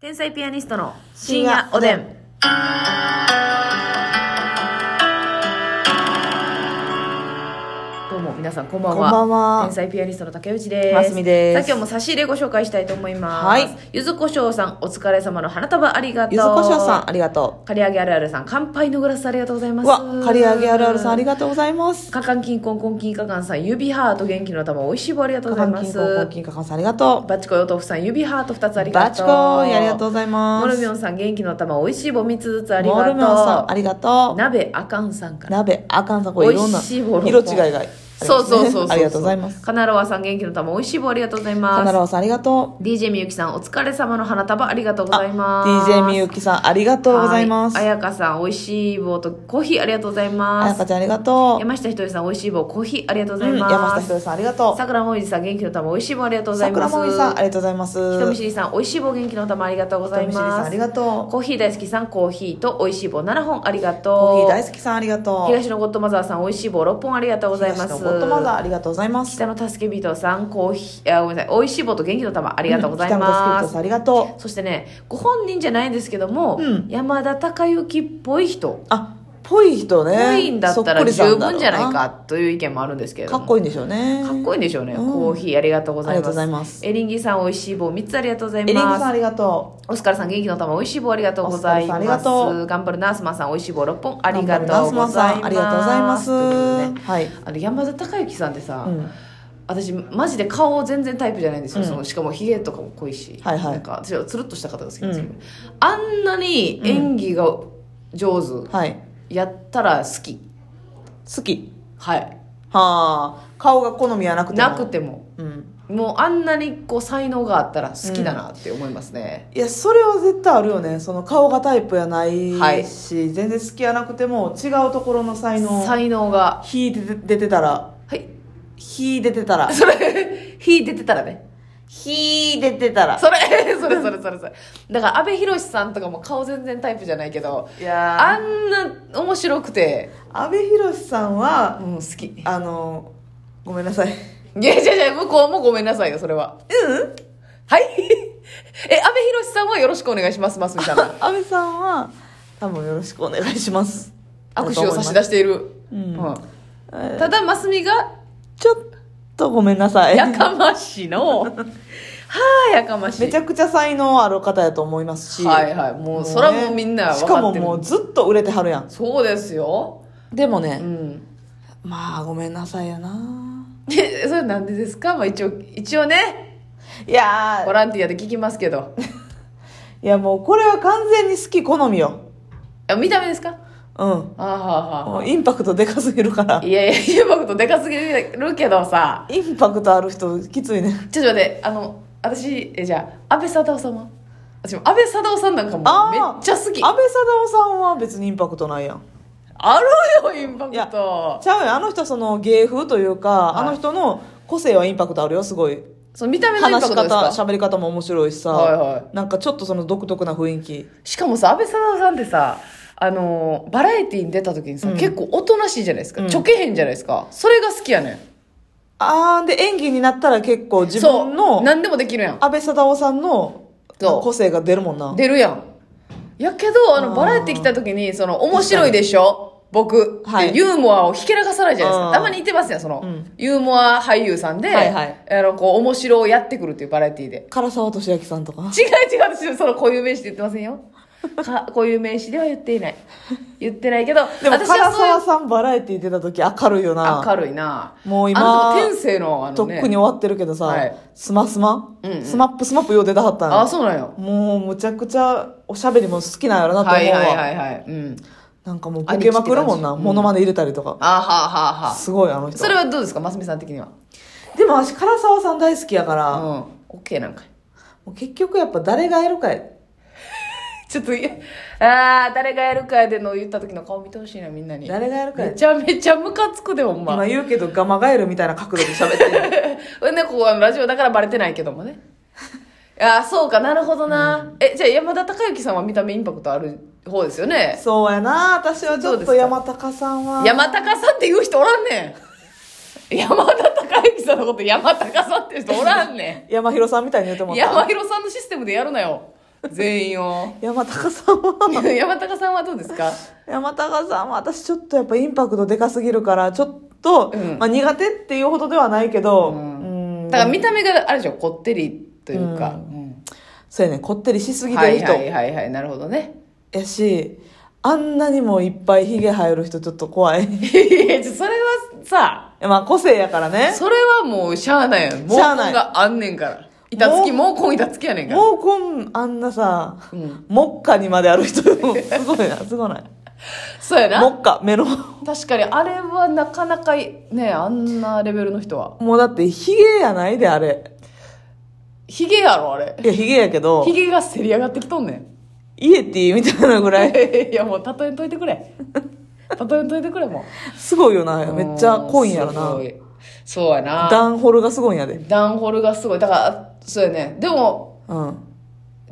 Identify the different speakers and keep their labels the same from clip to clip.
Speaker 1: 天才ピアニストの深夜おでん。どうも皆さんこんばんは。
Speaker 2: こんばんは
Speaker 1: 天才ピアニストの竹内です。
Speaker 2: ますみで
Speaker 1: さあ
Speaker 2: す
Speaker 1: 今日も差し入れご紹介したいと思います。
Speaker 2: はい
Speaker 1: ゆずこしょうさんお疲れ様の花束ありがとう。
Speaker 2: ゆずこしょうさん、ありがと
Speaker 1: 刈り上げあるあるさん乾杯のグラスありがとうございま
Speaker 2: う。
Speaker 1: す。
Speaker 2: うわ、刈り上げあるあるさん、ありがとうございます。
Speaker 1: カカンキンコンコンキンカカンさん指ハート元気の玉美味しい棒ありがとう
Speaker 2: カ
Speaker 1: ござ
Speaker 2: カ
Speaker 1: いま
Speaker 2: ンキン
Speaker 1: す。
Speaker 2: コンコンキンカカンさん、ありがと
Speaker 1: バチコイお豆腐さん指ハート2つあ
Speaker 2: う。
Speaker 1: りがとう。
Speaker 2: バチコー、ありがとうございます。
Speaker 1: モルミョ
Speaker 2: ン、
Speaker 1: ンさん元気の玉美味しい棒3つずつありが
Speaker 2: モ
Speaker 1: と
Speaker 2: ル
Speaker 1: う
Speaker 2: ミョンさん、ありがとう。
Speaker 1: 鍋あかんさんから
Speaker 2: 鍋、あかんさん、これいろん
Speaker 1: 美
Speaker 2: な
Speaker 1: 味しいもの
Speaker 2: 色違いがありますね。
Speaker 1: そうそうそうそう
Speaker 2: ありがとうございます。
Speaker 1: カナロワさん元気の玉美味しい棒ありがとうござい
Speaker 2: カナ
Speaker 1: ます
Speaker 2: ロウさん、ありがとう。
Speaker 1: DJ みゆきさんお疲れ様の花束ありがとうご
Speaker 2: あ
Speaker 1: ざいます
Speaker 2: DJ みゆきさん、ありがとうございます。
Speaker 1: は
Speaker 2: あ
Speaker 1: いあ
Speaker 2: や
Speaker 1: やかさん美味しい棒とコーヒーありがとうございま
Speaker 2: か
Speaker 1: す
Speaker 2: ちゃん、ありがとう。
Speaker 1: 山下ひとりさん美味しい棒コーヒーありがとうござい
Speaker 2: うん
Speaker 1: ます、
Speaker 2: 山下ひとりさん、ありがとう。
Speaker 1: さくらもみじさん元気の玉美味しい棒ありがとうございま
Speaker 2: 桜
Speaker 1: す
Speaker 2: もみさん、ありがとうございます。
Speaker 1: 人見知りさん美味しい棒元気の玉ありがとうござい
Speaker 2: 人見知りさん、
Speaker 1: ま
Speaker 2: あ
Speaker 1: す
Speaker 2: りがとう。
Speaker 1: コーヒー大好きさんコーヒーと美味しい棒7本ありがとう
Speaker 2: コーヒー大好きさん、ありがとう。
Speaker 1: 東のゴッドマザーさん美味しい棒6本ありがとうございます
Speaker 2: 東野ゴッドマザー、ありがとうございます。
Speaker 1: 北の助け人さん、コーヒー、あ、ごめんなさい、美味しい棒と元気の玉、ありがとうござい
Speaker 2: 北野
Speaker 1: ま
Speaker 2: とスピリット
Speaker 1: す。
Speaker 2: さんありがとう。
Speaker 1: そしてね、ご本人じゃないんですけども、
Speaker 2: うん
Speaker 1: 山田孝之っぽい人、
Speaker 2: あ、ぽい人ね。
Speaker 1: ぽいんだった
Speaker 2: そ
Speaker 1: ら
Speaker 2: こりさん
Speaker 1: 十
Speaker 2: だろ
Speaker 1: 分
Speaker 2: う
Speaker 1: じゃないか。という意見もあるんですけれ
Speaker 2: か
Speaker 1: ど
Speaker 2: っ
Speaker 1: も。
Speaker 2: こいいんでしょうね。
Speaker 1: かっこいいんでしょうね。
Speaker 2: うん
Speaker 1: コーヒーありがとうご
Speaker 2: あ
Speaker 1: ざ
Speaker 2: り
Speaker 1: い
Speaker 2: がとう
Speaker 1: ま
Speaker 2: ご
Speaker 1: す
Speaker 2: ざい。ます。
Speaker 1: エリンギさん、美味しい棒3つありがとうござい
Speaker 2: エリンギさんあ
Speaker 1: ます。
Speaker 2: りがと
Speaker 1: オスカルさん、元気の玉、美味しい棒ありがとうございます。
Speaker 2: オスカルさんありがと
Speaker 1: 頑張るナースマンさん、美味しい棒6本
Speaker 2: う。
Speaker 1: ありがとうございます。
Speaker 2: ありがとうございます。
Speaker 1: ということでね
Speaker 2: はい。
Speaker 1: あの山田孝之さんってさ、
Speaker 2: うん
Speaker 1: 私マジで顔全然タイプじゃないんですよ、
Speaker 2: うん
Speaker 1: そのしかもヒゲとかも濃いし、
Speaker 2: はいはい
Speaker 1: なんか私はつるっとした方が好きなんですけど、あんなに演技が上手、
Speaker 2: はい。
Speaker 1: やったら好き
Speaker 2: 好き。
Speaker 1: はい
Speaker 2: はあ。顔が好みはなくても。
Speaker 1: なくても
Speaker 2: うん。
Speaker 1: もうあんなにこう才能があったら好きだなって思いますね、
Speaker 2: いや、それは絶対あるよね。その顔がタイプやないし、
Speaker 1: はい
Speaker 2: 全然好きやなくても、違うところの才能、
Speaker 1: 才能が
Speaker 2: 火出て出てたら、
Speaker 1: はい
Speaker 2: 火出てたら、
Speaker 1: それ 火出てたらね
Speaker 2: 火出てたら。
Speaker 1: それそれそれそれそれだから阿部寛さんとかも顔全然タイプじゃないけど
Speaker 2: いやー
Speaker 1: あんな面白くて、
Speaker 2: 阿部寛さんは、
Speaker 1: うん、好き
Speaker 2: あのごめんなさい
Speaker 1: いやいやいや、向こうもごめんなさいよ、それは。
Speaker 2: う
Speaker 1: は
Speaker 2: ん
Speaker 1: い え、安部寛さんはよろしくお願いします、ますみ さんが。
Speaker 2: 阿部さんは多分よろしくお願いします
Speaker 1: 握手を差し出
Speaker 2: し
Speaker 1: している。
Speaker 2: うん
Speaker 1: うんただ、ますみが、
Speaker 2: ちょっとごめんなさい
Speaker 1: やかましい の。はあ、やかましい。
Speaker 2: めちゃくちゃ才能ある方やと思いますし
Speaker 1: はいはい。もう、そらもうみんな
Speaker 2: し
Speaker 1: 分
Speaker 2: か
Speaker 1: かっ
Speaker 2: も
Speaker 1: て
Speaker 2: もう
Speaker 1: る。
Speaker 2: ずっと売れてはるやん
Speaker 1: そうですよ。
Speaker 2: でも
Speaker 1: う
Speaker 2: ね、
Speaker 1: ん。
Speaker 2: まあごめんなさいやな
Speaker 1: で、それなんでですかまあ一応、一応ね、
Speaker 2: いや
Speaker 1: ボ
Speaker 2: ー
Speaker 1: ランティアで聞きますけ ど。
Speaker 2: いやもうこれは完全に好き好みよ
Speaker 1: あ見た目ですか
Speaker 2: うん
Speaker 1: あーはあはあ
Speaker 2: もうインパクトでかすぎるから
Speaker 1: いやいや、インパクトでかすぎるけどさ。
Speaker 2: インパクトある人きついね
Speaker 1: ちょっと待って、あの、私、え、じゃあ、安倍貞夫さんは私も安倍貞夫さんなんかも
Speaker 2: あ
Speaker 1: め
Speaker 2: ー
Speaker 1: っちゃ好き。
Speaker 2: 安
Speaker 1: あ
Speaker 2: 倍貞夫さんは別にインパクトないやん
Speaker 1: るよ、インパ
Speaker 2: い
Speaker 1: ク
Speaker 2: や
Speaker 1: ト。
Speaker 2: ちゃうよあの人はその芸風というか、
Speaker 1: い
Speaker 2: あの人の個性はインパクトあるよすごい
Speaker 1: その見た目のイン
Speaker 2: 話
Speaker 1: パ
Speaker 2: し
Speaker 1: クトです
Speaker 2: 方
Speaker 1: か
Speaker 2: 喋り方も面白いしさ、
Speaker 1: はいは
Speaker 2: なんかちょっとその独特な雰囲気
Speaker 1: しかもさ、安倍貞夫さんってさ、あのー、バラエティに出た時にさ、
Speaker 2: うん
Speaker 1: 結構おとなしいじゃないですか。
Speaker 2: うん
Speaker 1: ちょけへんじゃないですか。それが好きやねん。
Speaker 2: あーで演技になったら結構自
Speaker 1: そう。
Speaker 2: 分の
Speaker 1: 何でもできるやん。
Speaker 2: 安倍貞夫さんの
Speaker 1: そう
Speaker 2: 個性が出るもんな
Speaker 1: 出るやん。やけど、あの、
Speaker 2: あー
Speaker 1: バラエティ来た時に、その、面白いでしょ僕、
Speaker 2: はい
Speaker 1: ってユーモアをひけらかさないじゃないです
Speaker 2: う
Speaker 1: か。
Speaker 2: ん
Speaker 1: たまに言ってますやん、その、
Speaker 2: うん
Speaker 1: ユーモア俳優さんで、
Speaker 2: はいはい
Speaker 1: あの、こう、面白をやってくるっていうバラエティで。
Speaker 2: 唐沢俊明さんとか
Speaker 1: 違う違う、私、その、こういう名詞で言ってませんよ。 かこういう名詞では言っていない。言ってないけど、
Speaker 2: でも唐
Speaker 1: 私はそうい
Speaker 2: 沢さんバラエティ出た時明るいよ
Speaker 1: う、
Speaker 2: な
Speaker 1: 明るいな。
Speaker 2: もう今
Speaker 1: あの人、天性の、あ
Speaker 2: と
Speaker 1: の
Speaker 2: っく
Speaker 1: ね。
Speaker 2: に終わってるけどさ、
Speaker 1: はい
Speaker 2: スマスマ、
Speaker 1: うんうん
Speaker 2: スマップスマップよう出たはったんよ
Speaker 1: ああ、そうなんよ。
Speaker 2: もうむちゃくちゃおしゃべりも好きなんやろなと思うわ、
Speaker 1: はいはいはいはい。うん。
Speaker 2: なんかもうボケまくるもんな
Speaker 1: 兄貴って感じ
Speaker 2: モノマネ入れたりとか、
Speaker 1: あーはあはあはあ。
Speaker 2: すごいあの人
Speaker 1: それはどうですか、ますみさん的には。
Speaker 2: でも私唐沢さん大好きやか
Speaker 1: う
Speaker 2: ら、
Speaker 1: ん
Speaker 2: も。
Speaker 1: オッケーなんかい。
Speaker 2: う結局やっぱ誰がやるかや
Speaker 1: ちょっといや、ああ、誰がやるかやでの言った時の顔見てほしいな、みんなに。
Speaker 2: 誰がやるか
Speaker 1: め
Speaker 2: や
Speaker 1: ちゃめちゃムカつくで、ほんま。
Speaker 2: 今言うけどガマガエルみたいな角度で喋ってる
Speaker 1: ほんで、ここあのラジオだからバレてないけどもね。ああ、そうか、なるほどな。え、じゃあ山田孝之さんは見た目インパクトある方ですよね。
Speaker 2: そうやな私はちょ
Speaker 1: どう
Speaker 2: っ
Speaker 1: です
Speaker 2: と
Speaker 1: か
Speaker 2: 山高さんは
Speaker 1: 山高さんって言う人おらんねん。山田孝之さんのこと山高さんっていう人おらんね
Speaker 2: 山広さんみたいに言うても
Speaker 1: ん。
Speaker 2: らった
Speaker 1: 山広さんのシステムでやるなよ。全員 を
Speaker 2: 山高さん は
Speaker 1: 山高さんはどうですか
Speaker 2: 山高さんは私ちょっとやっぱインパクトでかすぎるからちょっと、
Speaker 1: うん
Speaker 2: まあ、苦手っていうほどではないけど、
Speaker 1: うん
Speaker 2: うん
Speaker 1: だから見た目があるでしょこってりというか、うん
Speaker 2: そうやねこってりしすぎ
Speaker 1: は
Speaker 2: てる
Speaker 1: い
Speaker 2: 人、
Speaker 1: はいはいはいなるほどね
Speaker 2: やしあんなにもいっぱいひげ生える人ちょっと怖 い
Speaker 1: いやちょそれはさ
Speaker 2: まあ個性やからね
Speaker 1: それはもうしゃあないやん毛根
Speaker 2: しゃあない
Speaker 1: があんねんから板つき毛根板つきやねんから
Speaker 2: もうこんあんなさ
Speaker 1: うん
Speaker 2: 目下にまである人すごいなすごない
Speaker 1: そうやな
Speaker 2: 目下目の
Speaker 1: 確かにあれはなかなかねあんなレベルの人は
Speaker 2: もうだってひげやないであれ
Speaker 1: ヒゲやろあれ
Speaker 2: いやひげやけど
Speaker 1: ヒゲがせり上がってきとんねん
Speaker 2: イエティみたいなぐらい
Speaker 1: いやもう例えといてくれ 例えといてくれも
Speaker 2: すごいよな
Speaker 1: う
Speaker 2: めっちゃ濃いんやろ
Speaker 1: す
Speaker 2: な
Speaker 1: ごいそうやな
Speaker 2: ダンホルがすごいんやで
Speaker 1: ダンホルがすごいだからそうやねでも
Speaker 2: う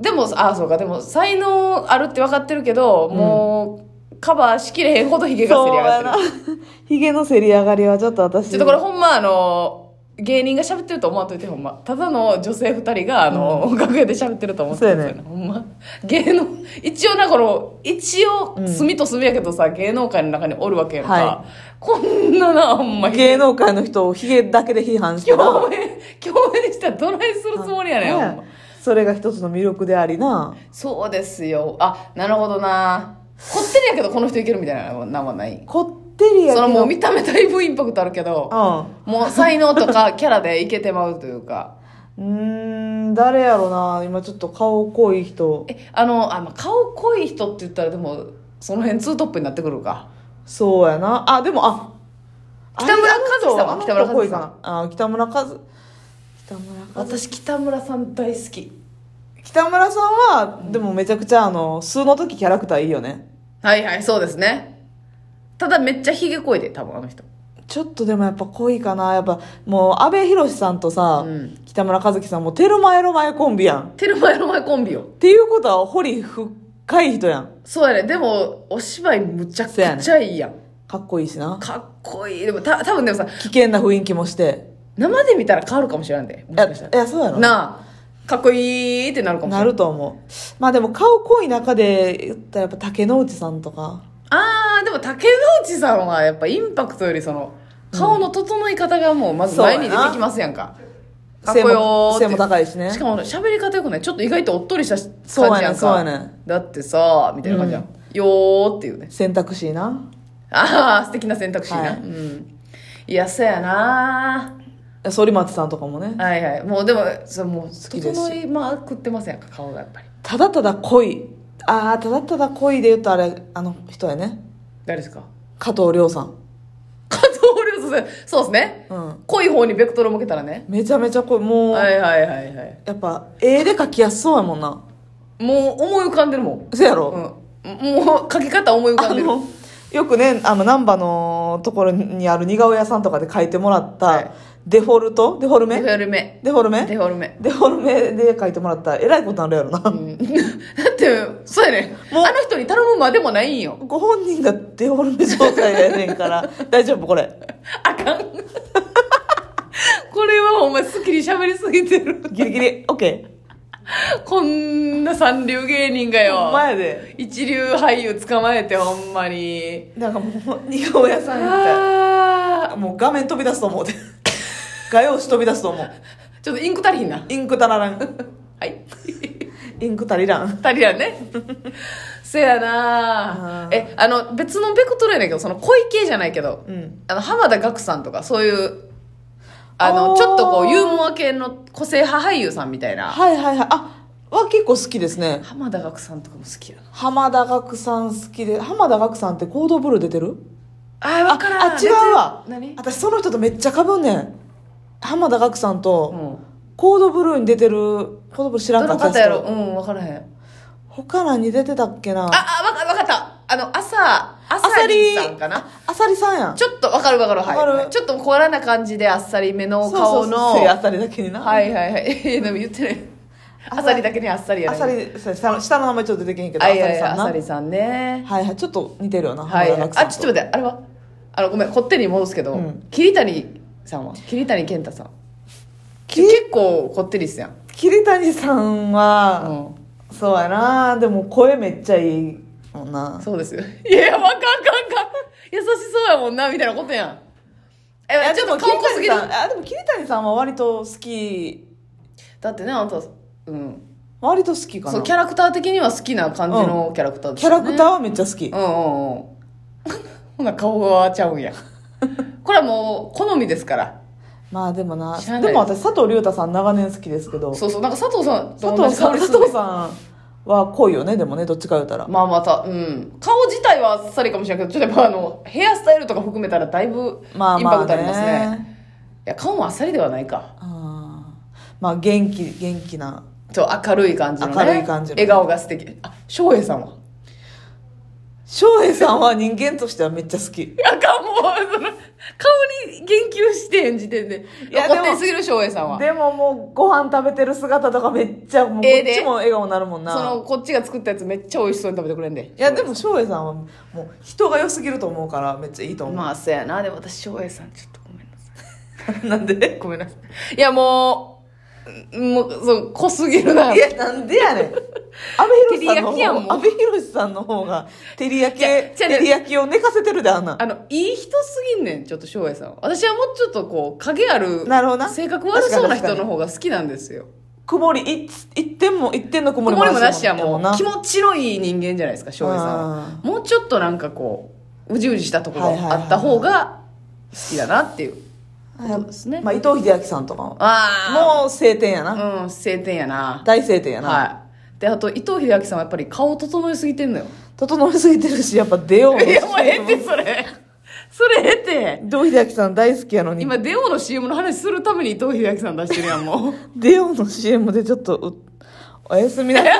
Speaker 2: ん
Speaker 1: でもあそうかでも才能あるって分かってるけど、もうカバーしきれへんほどヒゲがせり上がってる
Speaker 2: そうやな ひげのせり上がりはちょっと私
Speaker 1: ちょっとこれほんまあの芸人が喋ってると思わんといてほんまただの女性2人があの、楽屋で喋ってると思って
Speaker 2: そうや
Speaker 1: た
Speaker 2: ね
Speaker 1: んですよねほんま芸能一応なこの一応隅と隅やけどさ、芸能界の中におるわけやんか、
Speaker 2: は
Speaker 1: こんななほんま
Speaker 2: 芸能界の人をひげだけで批判してな
Speaker 1: 共演共演したらどないするつもりやねん、ほんま
Speaker 2: ねそれが一つの魅力でありな
Speaker 1: そうですよあなるほどなこってりやけどこの人いけるみたいなのはない
Speaker 2: こってりやけ
Speaker 1: そ
Speaker 2: ど
Speaker 1: のもう見た目だいぶインパクトあるけどもう才能とかキャラでいけてまうというか
Speaker 2: うんうーん誰やろな今ちょっと顔濃い人
Speaker 1: えあのあ、まあ、顔濃い人って言ったらでもその辺ツートップになってくるか
Speaker 2: そうやなあでもあ
Speaker 1: 北村一輝さんは
Speaker 2: あの人
Speaker 1: 北村一輝さん
Speaker 2: 濃いかなあ北村和北村和
Speaker 1: 私北村さん大好き
Speaker 2: 北村さんはでもめちゃくちゃあの数の時キャラクターいいよね
Speaker 1: はいはいそうですねただめっちゃひげ濃いで多分あの人
Speaker 2: ちょっとでもやっぱ濃いかなやっぱもう阿部寛さんとさ、
Speaker 1: うん
Speaker 2: 北村和樹さんもテルマエロマエコンビやんっ
Speaker 1: テルマエロマエコンビよ
Speaker 2: ていうことは堀深い人やん
Speaker 1: そうやねでもお芝居むちゃくちゃいいやん
Speaker 2: かっこいいしな
Speaker 1: かっこいいでもた多分でもさ
Speaker 2: 危険な雰囲気もして
Speaker 1: 生で見たら変わるかもしれんでも
Speaker 2: い
Speaker 1: し
Speaker 2: や
Speaker 1: かした
Speaker 2: いやそうや
Speaker 1: ら
Speaker 2: ろ
Speaker 1: なあかっこいいってなるかもしれ
Speaker 2: な
Speaker 1: ない
Speaker 2: ると思うまあでも顔濃い中で言ったらやっぱ竹野内さんとか
Speaker 1: あーでも竹野内さんはやっぱインパクトよりその顔の整い方がもうまず前に出てきますやんか、かっこよーって
Speaker 2: 背も背も高いしね
Speaker 1: しかも喋り方よくないちょっと意外とおっとりした感じ
Speaker 2: そうや
Speaker 1: やん
Speaker 2: ね
Speaker 1: か
Speaker 2: そうやね
Speaker 1: だってさみたいな感じやん、よーっていうね
Speaker 2: 選択肢な
Speaker 1: ああ素敵な選択肢な、
Speaker 2: はい
Speaker 1: うんいやそうやな
Speaker 2: 反町さんとかもね
Speaker 1: はいはいもうでもそれもう
Speaker 2: きですし
Speaker 1: 整いまくってますやんか顔がやっぱり
Speaker 2: ただただ濃いああただただ濃いで言うとあれあの人やね
Speaker 1: 誰ですか
Speaker 2: 加藤亮さん
Speaker 1: 加藤涼さんそうですね、
Speaker 2: うん
Speaker 1: 濃い方にベクトル向けたらね
Speaker 2: めちゃめちゃ濃いもう、
Speaker 1: はいはいはいはい
Speaker 2: やっぱ絵で描きやすそうやもんな
Speaker 1: もう思い浮かんでるもん
Speaker 2: そやろ、
Speaker 1: うん、もう書き方思い浮か
Speaker 2: あ
Speaker 1: んでる
Speaker 2: のよくねあの難波のところにある似顔絵屋さんとかで描いてもらっ
Speaker 1: はい
Speaker 2: たデフォルトデフォル
Speaker 1: デフ
Speaker 2: メ
Speaker 1: ォルメ
Speaker 2: デフォ
Speaker 1: デ
Speaker 2: ルメ
Speaker 1: フォルメ、
Speaker 2: デフォルメで描いてもらったらえらいことになるやろ
Speaker 1: う、
Speaker 2: なん
Speaker 1: だってそうやね
Speaker 2: もう
Speaker 1: あの人に頼むまでもないんよ
Speaker 2: ご本人がデフォルメ状態やねんから 大丈夫これ
Speaker 1: あかんこれはお前すっきり喋りすぎてる
Speaker 2: ギリギリ OK
Speaker 1: こんな三流芸人がよ
Speaker 2: 前で
Speaker 1: 一流俳優捕まえてほんまに
Speaker 2: なんかもう似顔絵屋さんやったら
Speaker 1: あ
Speaker 2: もう画面飛び出すと思うで画用紙飛び出すと思う
Speaker 1: ーちょっとインク足りひんな
Speaker 2: インク足ららん
Speaker 1: はい
Speaker 2: インク足りらん
Speaker 1: 足りやんねせやなあ
Speaker 2: あー
Speaker 1: えあの別のベクトルやねんけどその濃い系じゃないけど
Speaker 2: うん
Speaker 1: あの浜田岳さんとかそういうあの
Speaker 2: あー
Speaker 1: ちょっとこうユーモア系の個性派俳優さんみたいな
Speaker 2: はいはいはいあは結構好きですね
Speaker 1: 浜田岳さんとかも好きやな
Speaker 2: 浜田岳さん好きで浜田岳さんってコードブルー出てる
Speaker 1: あ分からん
Speaker 2: あ違うわ
Speaker 1: 出てる何
Speaker 2: 私その人とめっちゃかぶんねん浜田岳さんと
Speaker 1: うん
Speaker 2: コードブルーに出てるコードブルー知ら
Speaker 1: ど
Speaker 2: んか
Speaker 1: の
Speaker 2: っ
Speaker 1: 方
Speaker 2: た
Speaker 1: やろ
Speaker 2: 人
Speaker 1: うん分からへん
Speaker 2: 他何に出てたっけ
Speaker 1: あ
Speaker 2: な
Speaker 1: あ分か分かったあの朝朝りさんかな
Speaker 2: あさりさんやん
Speaker 1: ちょっと分かる分かるはい
Speaker 2: わかる
Speaker 1: ちょっと小柄な感じであっさりめの顔の
Speaker 2: そうそうそうあさりだけにな
Speaker 1: はいはいはい えでも言ってない
Speaker 2: あ
Speaker 1: あさりだけにあっさりや
Speaker 2: あ
Speaker 1: ね
Speaker 2: さりそう下の下の名前ちょっと出てけんけど
Speaker 1: あ
Speaker 2: あさ
Speaker 1: い
Speaker 2: り
Speaker 1: やいや
Speaker 2: さ
Speaker 1: あ
Speaker 2: ん
Speaker 1: さ
Speaker 2: な
Speaker 1: りさんね
Speaker 2: はいはいちょっと似てるよな
Speaker 1: は
Speaker 2: 浜
Speaker 1: い
Speaker 2: 田
Speaker 1: はい
Speaker 2: 岳さん
Speaker 1: あちょっと待ってあれはあのごめんこってりに戻すけど、
Speaker 2: うん
Speaker 1: 桐谷さんは桐谷健太さん
Speaker 2: き
Speaker 1: 結構こってりっすやん、
Speaker 2: 桐谷さん
Speaker 1: う
Speaker 2: は、
Speaker 1: ん、
Speaker 2: そうそうやなでも声めっちゃいいもんな
Speaker 1: そうですよ。 いやいや、わかんかんかん。優しそうやもんな、みたいなことやん。
Speaker 2: い
Speaker 1: え
Speaker 2: や、
Speaker 1: ちょっと
Speaker 2: でも
Speaker 1: 顔濃すぎる
Speaker 2: 桐。谷さんあでも桐谷さんは割と好き
Speaker 1: だってね、あんた、うん。
Speaker 2: 割と好きか
Speaker 1: そ
Speaker 2: な
Speaker 1: う、キャラクター的には好きな感じのキャラクターです
Speaker 2: キャ
Speaker 1: よね、
Speaker 2: ラクターはめっちゃ好き、
Speaker 1: うんうんうん。ほな、顔がちゃうん や。これはもう、好みですから。
Speaker 2: まあでもな
Speaker 1: 知らない
Speaker 2: でも私佐藤龍太さん長年好きですけど
Speaker 1: そうそう、なんか佐藤さんと
Speaker 2: 佐
Speaker 1: 同
Speaker 2: 藤
Speaker 1: じ
Speaker 2: さ
Speaker 1: 香
Speaker 2: ん
Speaker 1: りす
Speaker 2: 佐
Speaker 1: るね、
Speaker 2: 藤さんは濃いよねでもねどっちか言うたら、
Speaker 1: まあまた、うん。顔自体はあっさりかもしれないけど、ちょっとやっぱあの、ヘアスタイルとか含めたらだいぶ、イン
Speaker 2: まあま
Speaker 1: パ
Speaker 2: あ
Speaker 1: クトありますね。
Speaker 2: ね
Speaker 1: いや、顔もあっさりではないか。
Speaker 2: あーまあ元気元気な
Speaker 1: ちょっと明るい感じの、ね。
Speaker 2: 明るい感じの
Speaker 1: 笑顔が素敵。あ、翔平さんは
Speaker 2: 翔平さんは人間としてはめっちゃ好き
Speaker 1: いや、かもう、その、顔に言及してん時点で。い
Speaker 2: いや
Speaker 1: や、
Speaker 2: でも
Speaker 1: 固定すぎる翔平さんは。
Speaker 2: でももうご飯食べてる姿とかめっちゃもうこ
Speaker 1: ええ
Speaker 2: っ
Speaker 1: で
Speaker 2: ちも笑顔になるもんな、
Speaker 1: その、こっちが作ったやつめっちゃ美味しそうに食べてくれんで。
Speaker 2: いやでも翔平さんはもう人が良すぎると思うからめっちゃいいと思う、
Speaker 1: まあ、そうやな。でも私、翔平さん、ちょっとごめんなさ
Speaker 2: なんで
Speaker 1: い。 ごめんなさい。いや、もう、んもう、その、濃すぎるな。
Speaker 2: いやなんでやねん阿部寛さん
Speaker 1: 照り焼
Speaker 2: の
Speaker 1: きやんも
Speaker 2: 方
Speaker 1: ん
Speaker 2: 阿部寛さんの方が照り焼き
Speaker 1: じゃじゃあね
Speaker 2: 照り焼きを寝かせてるであんなん
Speaker 1: あの、いい人すぎんねん、ちょっと翔平さんは。私はもうちょっとこう、影ある、
Speaker 2: なるほどな
Speaker 1: 性格悪そうな
Speaker 2: 確かに
Speaker 1: 人の方が好きなんですよ。
Speaker 2: 曇りい一点も一点の曇
Speaker 1: 曇
Speaker 2: り
Speaker 1: り
Speaker 2: も
Speaker 1: もなしやも
Speaker 2: な
Speaker 1: う、気持ちのいい人間じゃないですか、翔平さんは。もうちょっとなんかこう、うじうじしたところ
Speaker 2: はいはいは
Speaker 1: が
Speaker 2: い
Speaker 1: あった方が好きだなっていう。そうですね
Speaker 2: まあ、伊藤英明さんとかも
Speaker 1: あ
Speaker 2: もう晴天やな、
Speaker 1: あ。もう、うん、晴天やな。
Speaker 2: 大晴天やな、
Speaker 1: はい。で、あと、伊藤英明さんはやっぱり顔整えすぎてんのよ。
Speaker 2: 整いすぎてるしやっぱ出よ う
Speaker 1: いや、もうええって、それ。それええって。
Speaker 2: 伊藤英明さん大好きやのに
Speaker 1: 今、デオの CM の話するために伊藤英明さん出してるやん、もう。
Speaker 2: デオの CM でちょっとうおやすみなさい